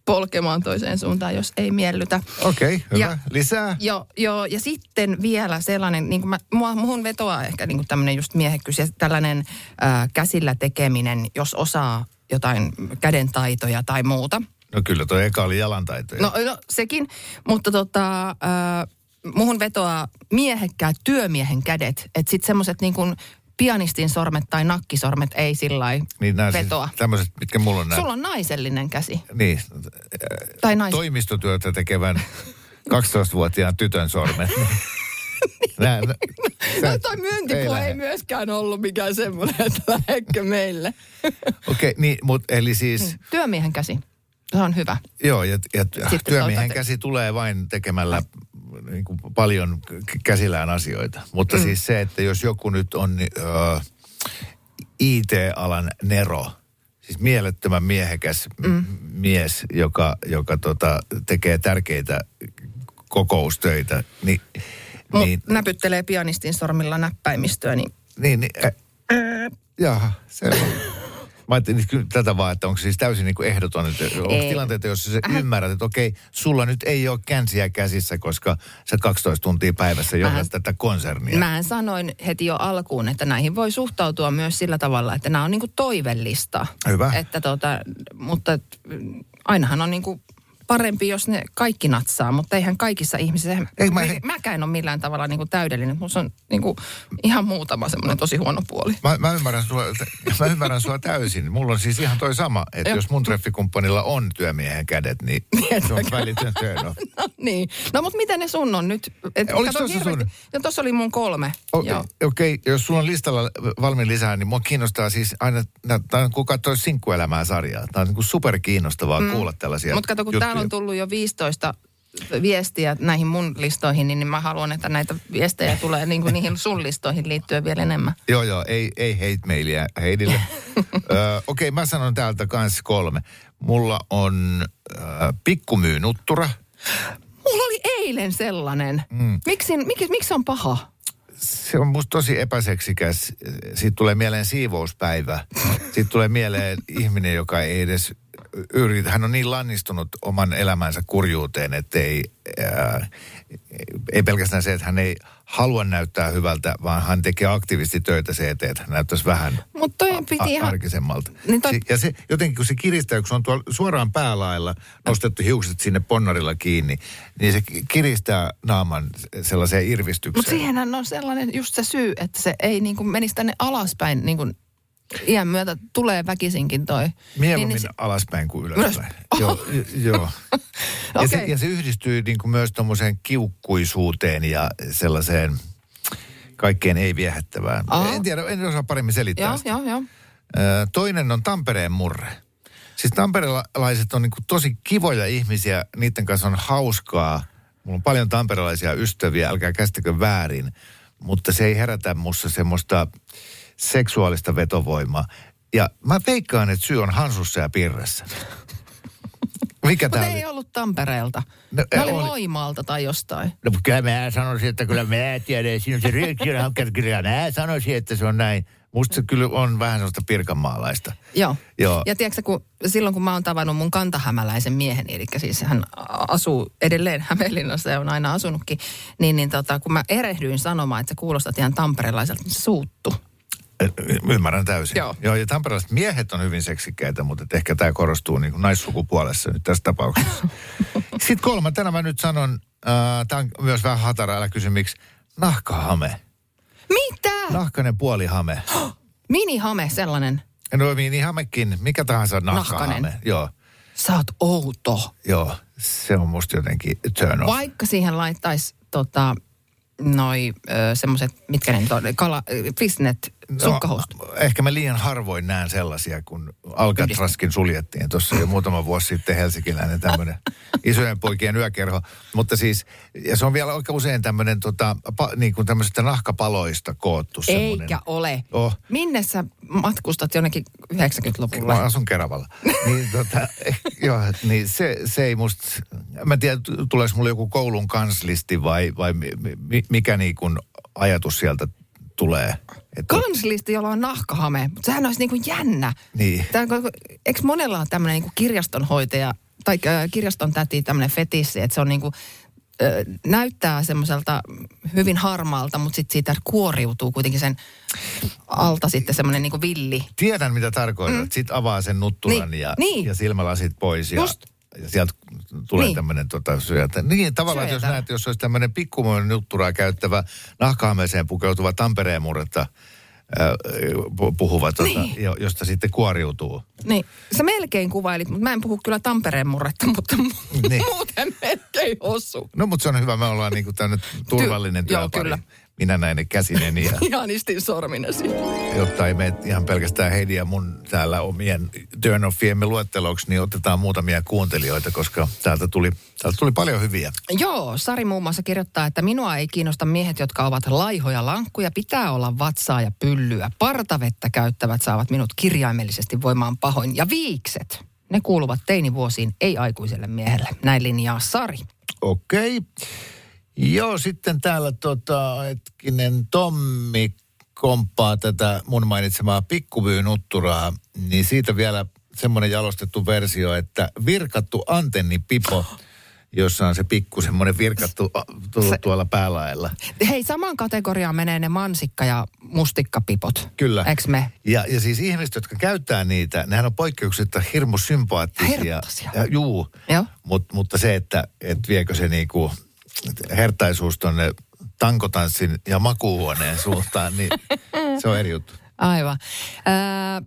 polkemaan toiseen suuntaan, jos ei miellytä.
Okei, okay, hyvä.
Ja-
Lisää.
Joo, joo, ja sitten vielä sellainen, niin kuin mä, mua, muhun vetoaa ehkä niin tämmöinen just miehekkyys ja tällainen ää, käsillä tekeminen, jos osaa jotain käden taitoja tai muuta.
No kyllä, toi eka oli jalantaitoja.
No, no sekin, mutta tota, äh, muhun vetoaa miehekkäät työmiehen kädet. Että sitten semmoiset niin kuin pianistin sormet tai nakkisormet ei sillä
niin nämä
vetoa.
Siis tämmöiset, mitkä mulla on nämä.
Sulla on naisellinen käsi.
Niin,
Tai nais...
toimistotyötä tekevän 12-vuotiaan tytön sormet. Nää, nä-
No
sä-
toi myyntipuhe ei,
lähde.
ei myöskään ollut mikään semmoinen, että lähdekö meille.
Okei, niin, mutta eli siis, mm.
Työmiehen käsi. Se on hyvä.
joo, ja, ja työmiehen
toisaalta-
käsi tulee vain tekemällä niin kuin, paljon k- käsillään asioita. Mutta mm. siis se, että jos joku nyt on niin, ö, IT-alan nero, siis mielettömän miehekäs mm. mies, joka, joka tota, tekee tärkeitä kokoustöitä, niin...
Mu-
niin
Näpyttelee pianistin sormilla näppäimistöä, niin
Niin, niin äh, jaha, selvä. Mä ajattelin nyt kyllä tätä vaan, että onko se siis täysin niin kuin ehdoton, että onko
Ei.
tilanteita, jossa sä ymmärrät, että okei, sulla nyt ei ole känsiä käsissä, koska sä 12 tuntia päivässä johdat
Mähän-
tätä konsernia.
Mä sanoin heti jo alkuun, että näihin voi suhtautua myös sillä tavalla, että nämä on niinku toivellista.
Hyvä.
Että tota, mutta et, mm, ainahan on niinku parempi, jos ne kaikki natsaa, mutta eihän kaikissa ihmisissä,
Ei,
Ei,
mä-
mä... mäkään ole millään tavalla niinku täydellinen. Mulla on niinku ihan muutama semmoinen tosi huono puoli.
Mä, mä, ymmärrän sua, mä ymmärrän sua täysin. Mulla on siis ihan toi sama, että
Joo.
jos mun treffikumppanilla on työmiehen kädet, niin se on välitön turn off.
No niin. No mutta miten ne sun on nyt? Et,
Oliko
kato
tossa sun?
hirveästi- No tossa oli mun kolme.
Okei,
Joo.
okay, jos sulla on listalla valmiin lisää, niin mua kiinnostaa siis aina, tämä on kun katsoo sinkkuelämää sarjaa. Tämä on niin kuin super kiinnostavaa mm. kuulla tällaisia
Mutta kato, kun
juttuja.
täällä on tullut jo 15 viestiä näihin mun listoihin, niin mä haluan, että näitä viestejä tulee niin kuin niihin sun listoihin liittyen vielä enemmän.
Joo, joo, ei, ei hate mailia Heidille. öö, Okei, okay, mä sanon täältä kans kolme. Mulla on öö, pikkumyynuttura.
Mulla oli eilen sellainen. Mm. Miksi, miksi, miksi on paha?
Se on musta tosi epäseksikäs. Siitä tulee mieleen siivouspäivä. Siitä tulee mieleen ihminen, joka ei edes yritä. Hän on niin lannistunut oman elämänsä kurjuuteen, että ei, ää, ei pelkästään se, että hän ei halua näyttää hyvältä, vaan hän tekee aktiivisesti töitä se eteen, että hän näyttäisi vähän
Mutta toi
a-
Niin, piti ihan...
arkisemmalta.
Niin toi-
Si- Ja se, jotenkin kun se kiristää, kun se on tuolla suoraan päälailla nostettu hiukset sinne ponnarilla kiinni, niin se ki- kiristää naaman sellaiseen irvistykseen.
Mutta siihenhän on sellainen just se syy, että se ei niin kuin menisi tänne alaspäin niin kuin iän myötä tulee väkisinkin toi.
Mieluummin
niin
niin,
se- Oh.
alaspäin kuin ylöspäin. Joo, j- joo. ja,
Okei.
se, ja se yhdistyy niin kuin myös tuommoiseen kiukkuisuuteen ja sellaiseen kaikkeen ei viehättävään.
Aa.
En tiedä, en osaa paremmin selittää
Joo,
sitä.
joo, joo.
Ö, Toinen on Tampereen murre. Siis tamperelaiset on niin tosi kivoja ihmisiä, niiden kanssa on hauskaa. Mulla on paljon tamperelaisia ystäviä, älkää käsittäkö väärin. Mutta se ei herätä mussa semmoista seksuaalista vetovoimaa. Ja mä veikkaan, että syy on Hansussa ja Pirressä. Mikä
Mutta
tää
ei
oli?
ollut Tampereelta.
No,
No,
ei
ne oli
oli.
Loimaalta tai jostain.
No mutta kyllä mä sanoisin, että kyllä mä tiedän. Siinä on se ryökkiön hankkeen, kyllä mä sanoisin, että se on näin. Musta se kyllä on vähän sellaista pirkanmaalaista.
Joo.
Joo.
Ja tiedätkö, kun, silloin kun mä oon tavannut mun kantahämäläisen miehen, eli siis hän asuu edelleen Hämeenlinnassa ja on aina asunutkin, niin, niin tota, kun mä erehdyin sanomaan, että sä kuulostat ihan tamperelaiselta, niin se suuttu.
Y- Ymmärrän täysin. Joo.
Joo.
Joo, ja tamperelaiset miehet on hyvin seksikkäitä, mutta et ehkä tämä korostuu niin kuin naissukupuolessa nyt tässä tapauksessa. Sitten kolmantena mä nyt sanon, äh, tämä on myös vähän hatara, älä kysy miksi, nahkahame.
Mitä? No.
Nahkainen puolihame.
Minihame sellainen.
No niin, hamekin, mikä tahansa nahkahame.
Nahkanen.
Joo,
Sä oot outo.
joo, se on musta jotenkin turn off.
Vaikka siihen laittaisi tota, noi ö, semmoset, mitkä ne nyt on, kala, ö, fishnet, no. sukkahousut.
ehkä mä liian harvoin näen sellaisia, kun Alcatraskin suljettiin tuossa jo muutama vuosi sitten helsinkiläinen tämmöinen isojen poikien yökerho. Mutta siis, ja se on vielä aika usein tämmöinen tota, pa, niin kuin tämmöisistä nahkapaloista koottu semmoinen.
Eikä ole.
Oh.
Minne sä matkustat jonnekin 90-luvulla?
Mä asun Keravalla. Niin, tota, eh, joo, niin se, se ei musta, mä en tiedä, t- tuleeko mulle joku koulun kanslisti vai, vai mi, mi, mikä niin kuin ajatus sieltä tulee. Että,
kanslisti, jolla on nahkahame. Mutta sehän olisi niinku jännä.
Niin.
Tää, on- eikö monella ole tämmöinen niinku kirjastonhoitaja tai äh, kirjaston täti tämmöinen fetissi, että se on niinku, äh, näyttää semmoiselta hyvin harmaalta, mutta sitten siitä kuoriutuu kuitenkin sen alta sitten semmoinen niinku villi.
tiedän mitä tarkoitat. Mm. Sitten avaa sen nutturan niin,
Niin,
ja, niin.
niin.
ja silmälasit pois ja,
Just.
ja sieltä tulee niin.
Niin.
tämmöinen tota, syötä. Niin tavallaan, että jos
Syötä.
näet, jos olisi tämmöinen pikkumoinen nutturaa käyttävä nahkahameeseen pukeutuva Tampereen murretta äh, pu- puhuva, tuota, niin. josta sitten kuoriutuu.
Niin, sä melkein kuvailit, mutta mä en puhu kyllä Tampereen murretta, mutta mu-
Niin.
muuten melkein osu.
No mutta se on hyvä, me ollaan niinku tämmöinen turvallinen
joo,
työpari.
kyllä.
Minä näin ne käsineni ja
Ihan istin sorminesi.
jotta ei mene ihan pelkästään Heidi ja mun täällä omien turn offiemme luetteloksi, niin otetaan muutamia kuuntelijoita, koska täältä tuli, täältä tuli paljon hyviä.
Joo, Sari muun muassa kirjoittaa, että minua ei kiinnosta miehet, jotka ovat laihoja lankkuja. Pitää olla vatsaa ja pyllyä. Partavettä käyttävät saavat minut kirjaimellisesti voimaan pahoin. Ja viikset, ne kuuluvat teinivuosiin, ei aikuiselle miehelle. Näin linjaa Sari.
Okei. Joo, sitten täällä tota, hetkinen Tommi komppaa tätä mun mainitsemaa pikkuvyynutturaa, niin siitä vielä semmoinen jalostettu versio, että virkattu antennipipo, jossa on se pikku semmoinen virkattu a, tullut
Se-
tuolla päälaella.
Hei, samaan kategoriaan menee ne mansikka- ja mustikkapipot.
Kyllä.
Eks me?
Ja, ja siis ihmiset, jotka käyttää niitä, nehän on poikkeuksetta hirmu sympaattisia.
Herttaisia.
Ja, juu,
Joo.
Mut, mutta se, että et viekö se niinku hertaisuus tonne tankotanssin ja makuuhuoneen suuntaan, niin se on eri juttu.
Aivan. Ää,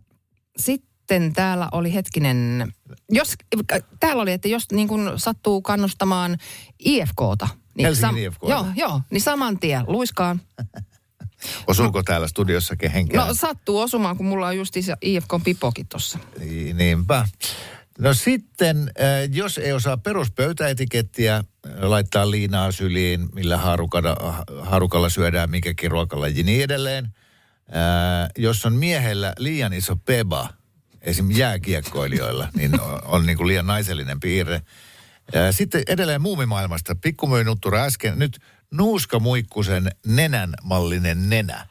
sitten täällä oli hetkinen, jos, äh, täällä oli, että jos niin kun sattuu kannustamaan IFKta. Niin
Helsingin IFK:ta.
Joo, joo, niin saman tien, luiskaan.
Osuuko täällä studiossakin henkeä?
No sattuu osumaan, kun mulla on just IFK-pipokin tuossa.
Niin- Niinpä. No sitten, äh, jos ei osaa peruspöytäetikettiä, äh, laittaa liinaa syliin, millä haarukada, ha- haarukalla syödään mikäkin ruokalaji, niin edelleen. Äh, Jos on miehellä liian iso peba, esim. jääkiekkoilijoilla, niin on, on niin kuin liian naisellinen piirre. Äh, Sitten edelleen muumimaailmasta. Pikkumyynuttura äsken. Nyt Nuuska Muikkusen nenän mallinen nenä.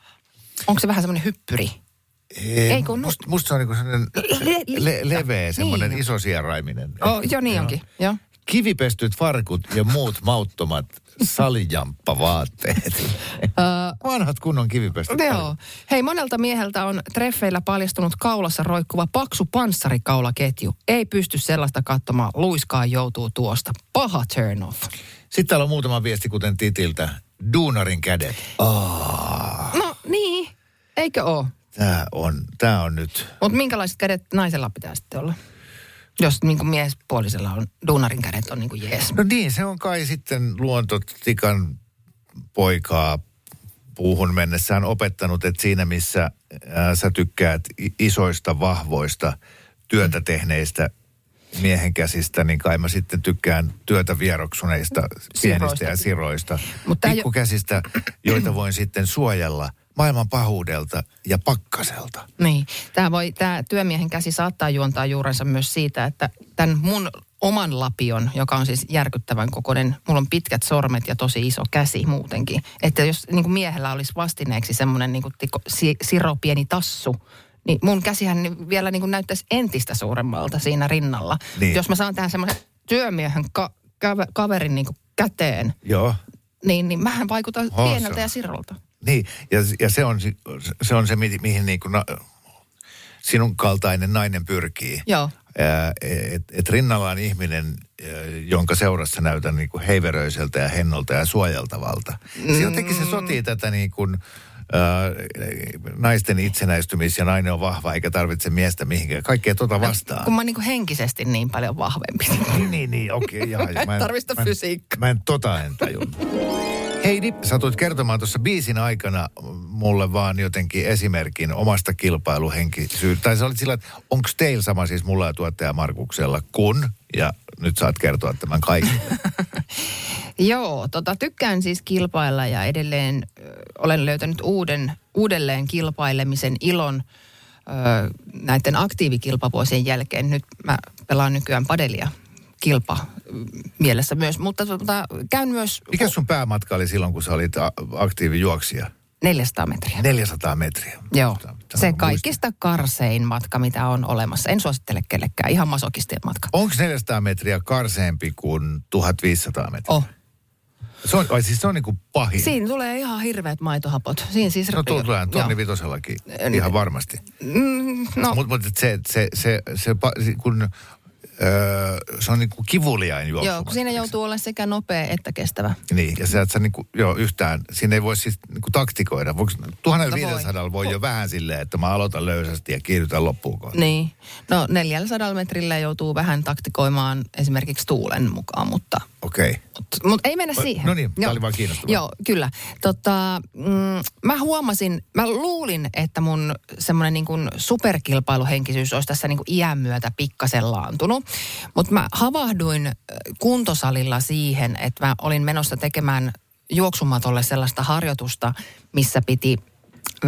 Onko se vähän semmoinen hyppyri? Ei, kun nu-
musta, musta se on niinku sellainen
Le- le-
le- leveä,
niin.
semmoinen niin. iso sieraiminen.
Oh, joo, niin onkin. Joo.
Kivipestyt farkut ja muut mauttomat salijamppavaatteet. Vanhat kunnon kivipestyt.
Joo. Hei, monelta mieheltä on treffeillä paljastunut kaulassa roikkuva paksu panssarikaulaketju. Ei pysty sellaista katsomaan, luiskaan joutuu tuosta. Paha turn off.
Sitten täällä on muutama viesti, kuten Titiltä. Duunarin kädet.
No niin, eikö oo?
Tää on, tää on nyt.
Mutta minkälaiset kädet naisella pitää sitten olla? Jos niin miespuolisella on, duunarin kädet on niin kuin jees.
No niin, se on kai sitten luontotikan poikaa puuhun mennessään opettanut, että siinä missä ää, sä tykkäät i- isoista, vahvoista, työtä
Mm.
tehneistä miehen käsistä, niin kai mä sitten tykkään työtä vieroksuneista pienistä ja siroista.
Mut tää jo-
Pikkukäsistä, joita voin sitten suojella maailman pahuudelta ja pakkaselta.
Niin, tämä, voi, tämä työmiehen käsi saattaa juontaa juurensa myös siitä, että tämän mun oman lapion, joka on siis järkyttävän kokoinen, mulla on pitkät sormet ja tosi iso käsi muutenkin. Että jos niin kuin miehellä olisi vastineeksi semmoinen niin kuin tiko, si, siro pieni tassu, niin mun käsihän ni- vielä niin kuin näyttäisi entistä suuremmalta siinä rinnalla.
Niin.
Jos mä saan tähän semmoisen työmiehen ka, käve- kaverin niin kuin käteen,
Joo.
niin, niin mähän vaikutan
on.
pieneltä ja sirolta.
Niin, ja, ja se, on, si- se on se, mi- mihin niin kuin na, sinun kaltainen nainen pyrkii.
Joo.
Että et rinnalla on ihminen, ää, jonka seurassa näytän niin kuin heiveröiseltä ja hennolta ja suojeltavalta. Mm. Jotenkin se sotii tätä niin kuin, ää, naisten itsenäistymis ja nainen on vahva eikä tarvitse miestä mihinkään. Kaikkea tota vastaan.
Kun mä oon niin kuin henkisesti niin paljon vahvempi.
Niin, niin, niin okei. Okay, jaa,
Et tarvista
mä en-
fysiikkaa.
Mä en tota en tajunnut. Heidi, satuit kertomaan tuossa biisin aikana mulle vaan jotenkin esimerkin omasta kilpailuhenkisyydestä. Tai sä olit sillä, että onko teillä sama siis mulla ja tuottaja Markuksella kun, ja nyt saat kertoa tämän kaiken.
Joo, tota, tykkään siis kilpailla ja edelleen ö, olen löytänyt uuden, uudelleen kilpailemisen ilon ö, näiden aktiivikilpavuosien jälkeen. Nyt mä pelaan nykyään padelia kilpa ö, mielessä myös, mutta tota, käyn myös
Mikä sun päämatka oli silloin, kun sä olit a- aktiivijuoksija?
400 metriä.
400 metriä.
Joo,
Tämä- tämä
se
on
kaikista karsein matka, mitä on olemassa. En suosittele kellekään, ihan masokistien matka.
muista. Onko 400 metriä karseempi kuin 1500 metriä?
Oh.
Se on, ai siis se on niin kuin pahin.
Siinä tulee ihan hirveät maitohapot. Siinä siis...
No tullaan tonni
Joo.
vitosellakin, ihan varmasti.
no,
Mutta mut, et se, se, se, se, pa- se, kun, öö, se on niinku kivuliain juoksu.
Joo, kun siinä joutuu olla sekä nopea että kestävä.
Niin, ja sä et sä niinku, joo, yhtään, siinä ei voi siis niinku taktikoida. Voiko, 1500 voi. voi jo vähän silleen, että mä aloitan löysästi ja kiihdytän loppuun kohta.
Niin. No 400 metrillä joutuu vähän taktikoimaan esimerkiksi tuulen mukaan, mutta,
Okei. Okay.
mutta, mutta ei mennä
No,
siihen.
no niin, tää
Joo.
oli vaan kiinnostavaa.
Joo, kyllä. Tota, mm, mä huomasin, mä luulin, että mun semmoinen niin kuin superkilpailuhenkisyys olisi tässä niin kuin iän myötä pikkasen laantunut. Mutta mä havahduin äh, kuntosalilla siihen, että mä olin menossa tekemään juoksumatolle sellaista harjoitusta, missä piti ö,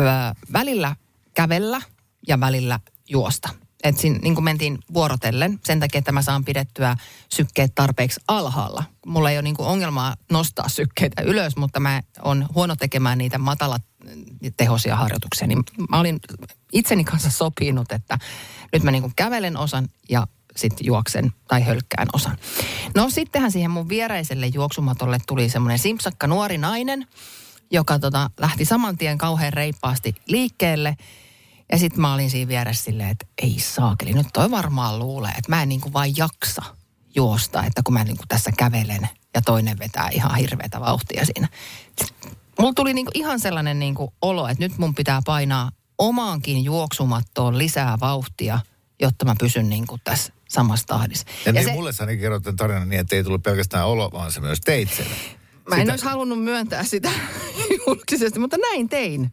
välillä kävellä ja välillä juosta. Et siinä niin mentiin vuorotellen sen takia, että mä saan pidettyä sykkeet tarpeeksi alhaalla. Mulla ei ole niin ongelmaa nostaa sykkeitä ylös, mutta mä on huono tekemään niitä matala tehoisia harjoituksia, niin mä olin itseni kanssa sopinut, että nyt mä niin kävelen osan ja sitten juoksen tai hölkkään osan. No sittenhän siihen mun viereiselle juoksumatolle tuli semmoinen simpsakka nuori nainen, joka tota, lähti saman tien kauhean reippaasti liikkeelle. Ja sitten mä olin siinä vieressä silleen, että ei saakeli, nyt toi varmaan luulee, että mä en niin kuin vain jaksa juosta, että kun mä niin kuin tässä kävelen ja toinen vetää ihan hirveätä vauhtia siinä. Mulla tuli niin kuin ihan sellainen niin kuin olo, että nyt mun pitää painaa omaankin juoksumattoon lisää vauhtia, jotta mä pysyn niin kuin tässä samassa tahdissa.
Ja, ja niin se... mulle sä ainakin kerroit tämän tarinan niin, että ei tullut pelkästään olo, vaan se myös teit sen.
Mä en sitä... olisi halunnut myöntää sitä julkisesti, mutta näin tein.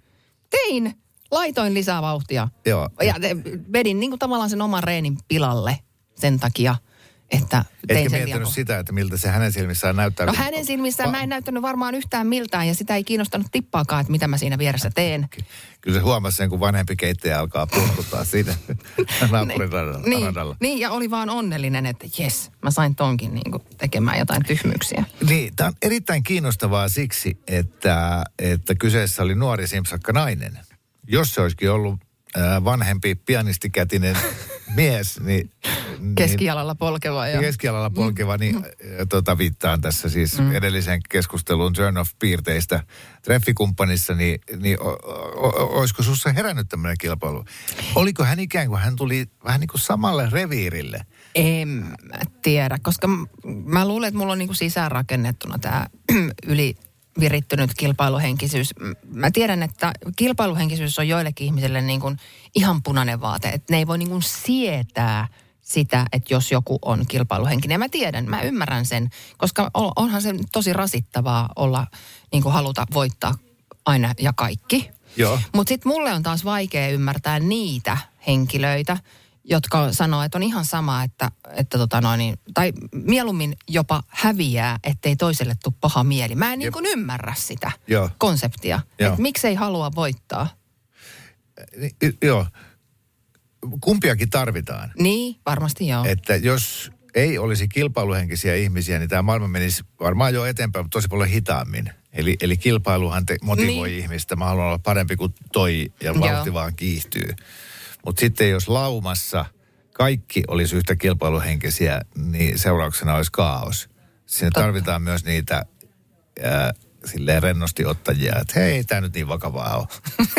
Tein. Laitoin lisää vauhtia.
Joo.
Ja vedin niin kuin tavallaan sen oman reenin pilalle sen takia, että tein
Etkä
sen
miettinyt
liian-
sitä, että miltä se hänen silmissään näyttää.
No
kun-
hänen silmissään mä en näyttänyt varmaan yhtään miltään ja sitä ei kiinnostanut tippaakaan, että mitä mä siinä vieressä teen.
Kyllä se huomasi sen, kun vanhempi keittäjä alkaa purkuttaa siitä naapurin radalla.
Niin,
radalla.
niin, ja oli vaan onnellinen, että jes, mä sain tonkin niin kuin tekemään jotain tyhmyyksiä.
Niin, tämä on erittäin kiinnostavaa siksi, että, että kyseessä oli nuori simpsakka nainen. Jos se olisikin ollut ää, vanhempi pianistikätinen mies, niin... niin-
Keskijalalla polkeva ja...
Keskialalla polkeva, niin äh, tota, viittaan tässä siis mm. edelliseen keskusteluun turn off piirteistä treffikumppanissa, niin, niin o, o, o, olisiko sinussa herännyt tämmöinen kilpailu? Oliko hän ikään kuin, hän tuli vähän niin kuin samalle reviirille?
En mä tiedä, koska m- mä luulen, että mulla on niinku sisäänrakennettuna tämä yli virittynyt kilpailuhenkisyys. M- Mä tiedän, että kilpailuhenkisyys on joillekin ihmisille niinku ihan punainen vaate. Että ne ei voi niinku sietää sitä, että jos joku on kilpailuhenkinen. Ja mä tiedän, mä ymmärrän sen, koska on- onhan se tosi rasittavaa olla, niinku haluta voittaa aina ja kaikki.
Joo.
Mutta sitten mulle on taas vaikea ymmärtää niitä henkilöitä, jotka sanoo, että on ihan sama, että, että tota noin, niin- tai mieluummin jopa häviää, ettei toiselle tule paha mieli. Mä en niin kuin ymmärrä sitä
Joo.
konseptia,
Joo.
että miksei halua voittaa.
Ni- y- joo. Kumpiakin tarvitaan.
Niin, varmasti joo. Et,
Että jos ei olisi kilpailuhenkisiä ihmisiä, niin tämä maailma menisi varmaan jo eteenpäin, mutta tosi paljon hitaammin. Eli, eli kilpailuhan te motivoi niin.
Niin.
ihmistä. Mä haluan olla parempi kuin toi ja
Joo.
vauhti vaan kiihtyy. Mutta sitten jos laumassa kaikki olisi yhtä kilpailuhenkisiä, niin seurauksena olisi kaos. Siinä
Totta.
tarvitaan myös niitä ää, silleen rennosti ottajia, että hei, ei tämä nyt niin vakavaa ole.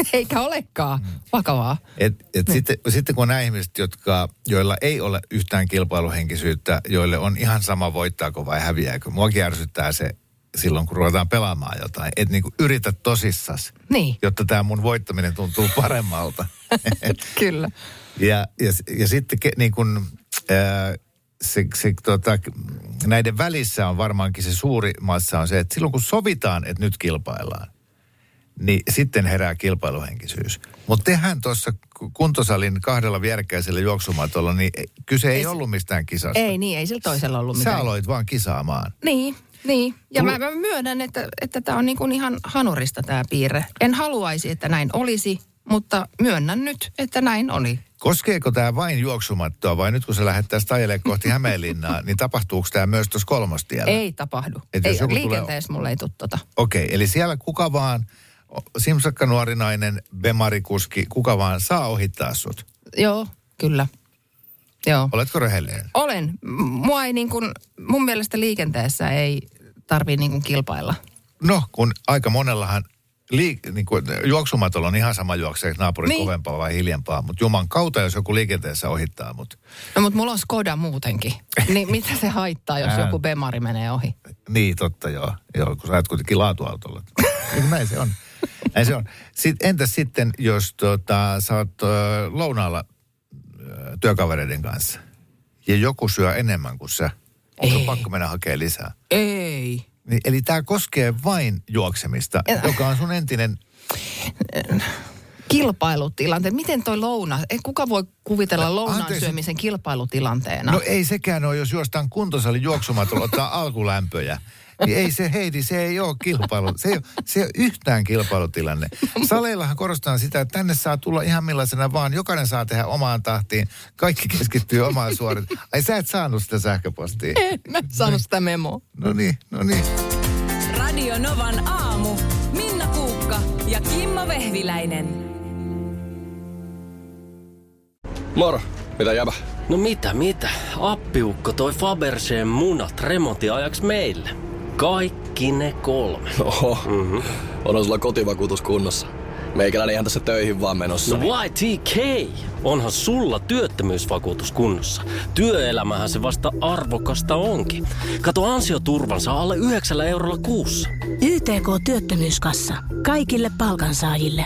Eikä olekaan vakavaa.
Et, et sitten, sitten kun on nämä ihmiset, jotka, joilla ei ole yhtään kilpailuhenkisyyttä, joille on ihan sama voittaako vai häviääkö. Muakin ärsyttää se silloin, kun ruvetaan pelaamaan jotain. Et niinku yritä tosissas,
Niin,
jotta tämä mun voittaminen tuntuu paremmalta.
kyllä.
ja, ja, ja sitten ke, niin kun, ää, se, se, tota, näiden välissä on varmaankin se suuri massa on se, että silloin kun sovitaan, että nyt kilpaillaan, niin sitten herää kilpailuhenkisyys. Mutta tehän tuossa ku- kuntosalin kahdella vierekkäisellä juoksumatolla, niin e- kyse ei,
Ei se-
ollut mistään kisasta.
Ei niin, ei sillä toisella ollut
Sä
mitään.
aloit vaan kisaamaan.
Niin, niin. Ja mä, mä myönnän, että tämä on niin kuin ihan hanurista tämä piirre. En haluaisi, että näin olisi, mutta myönnän nyt, että näin oli.
Koskeeko tämä vain juoksumattoa vai nyt kun se lähettäisiin ajelemaan kohti Hämeenlinnaa, niin tapahtuuko tämä myös tuossa kolmostiellä?
Ei tapahdu.
Et jos
ei,
joku tulee-
liikenteessä mulle ei tule tota.
Okei, okay, eli siellä kuka vaan, o- simsakka nuori nainen, bemarikuski, kuka vaan saa ohittaa sut.
Joo, kyllä. Joo.
Oletko rehellinen?
Olen. M- Mua ei niin kuin, mun mielestä liikenteessä ei tarvii niin kuin kilpailla.
No, kun aika monellahan liik- niin kuin, juoksumatolla on ihan sama juokseeko naapuri niin.
Niin.
kovempaa vai hiljempaa, mutta juman kautta, jos joku liikenteessä ohittaa mut.
No mutta mulla on Skoda muutenkin. Niin mitä se haittaa, jos
Ää.
joku Bemari menee ohi?
Niin, totta joo. Joo, kun sä ajat kuitenkin laatuautolla. Eikö näin se on? Näin se on. Sit, entäs sitten, jos tota, sä oot ö, lounaalla ö, työkavereiden kanssa ja joku syö enemmän kuin sä, on sun
Ei.
pakko mennä hakemaan lisää.
Ei.
Niin, eli tämä koskee vain juoksemista, joka on sun entinen...
Kilpailutilanteet. Miten toi louna? Ei, kuka voi kuvitella lounaan
anteeksi.
syömisen kilpailutilanteena?
No, no ei sekään ole, jos juostaan kuntosalin juoksumatolla ottaa alkulämpöjä. Niin ei se, Heidi, se ei ole kilpailu. Se ei ole, se ei ole yhtään kilpailutilanne. Saleillahan korostetaan sitä, että tänne saa tulla ihan millaisena vaan. Jokainen saa tehdä omaan tahtiin. Kaikki keskittyy omaan suoritaan. Ai sä et saanut sitä sähköpostia.
Mä en saanut sitä memoa.
No niin, no niin.
Radio Novan aamu. Minna Kuukka ja Kimmo Vehviläinen.
niin.
Moro, mitä jäbä?
No mitä, mitä? Appiukko toi Faberseen munat remontiajaksi meille. Kaikki ne kolme.
Oho,
Mhm.
mm-hmm. onhan sulla kotivakuutus kunnossa. Meikäläinen ihan tässä töihin vaan menossa.
No YTK! Onhan sulla työttömyysvakuutus kunnossa. Työelämähän se vasta arvokasta onkin. Kato ansioturvansa alle 9 eurolla kuussa.
YTK Työttömyyskassa. Kaikille palkansaajille.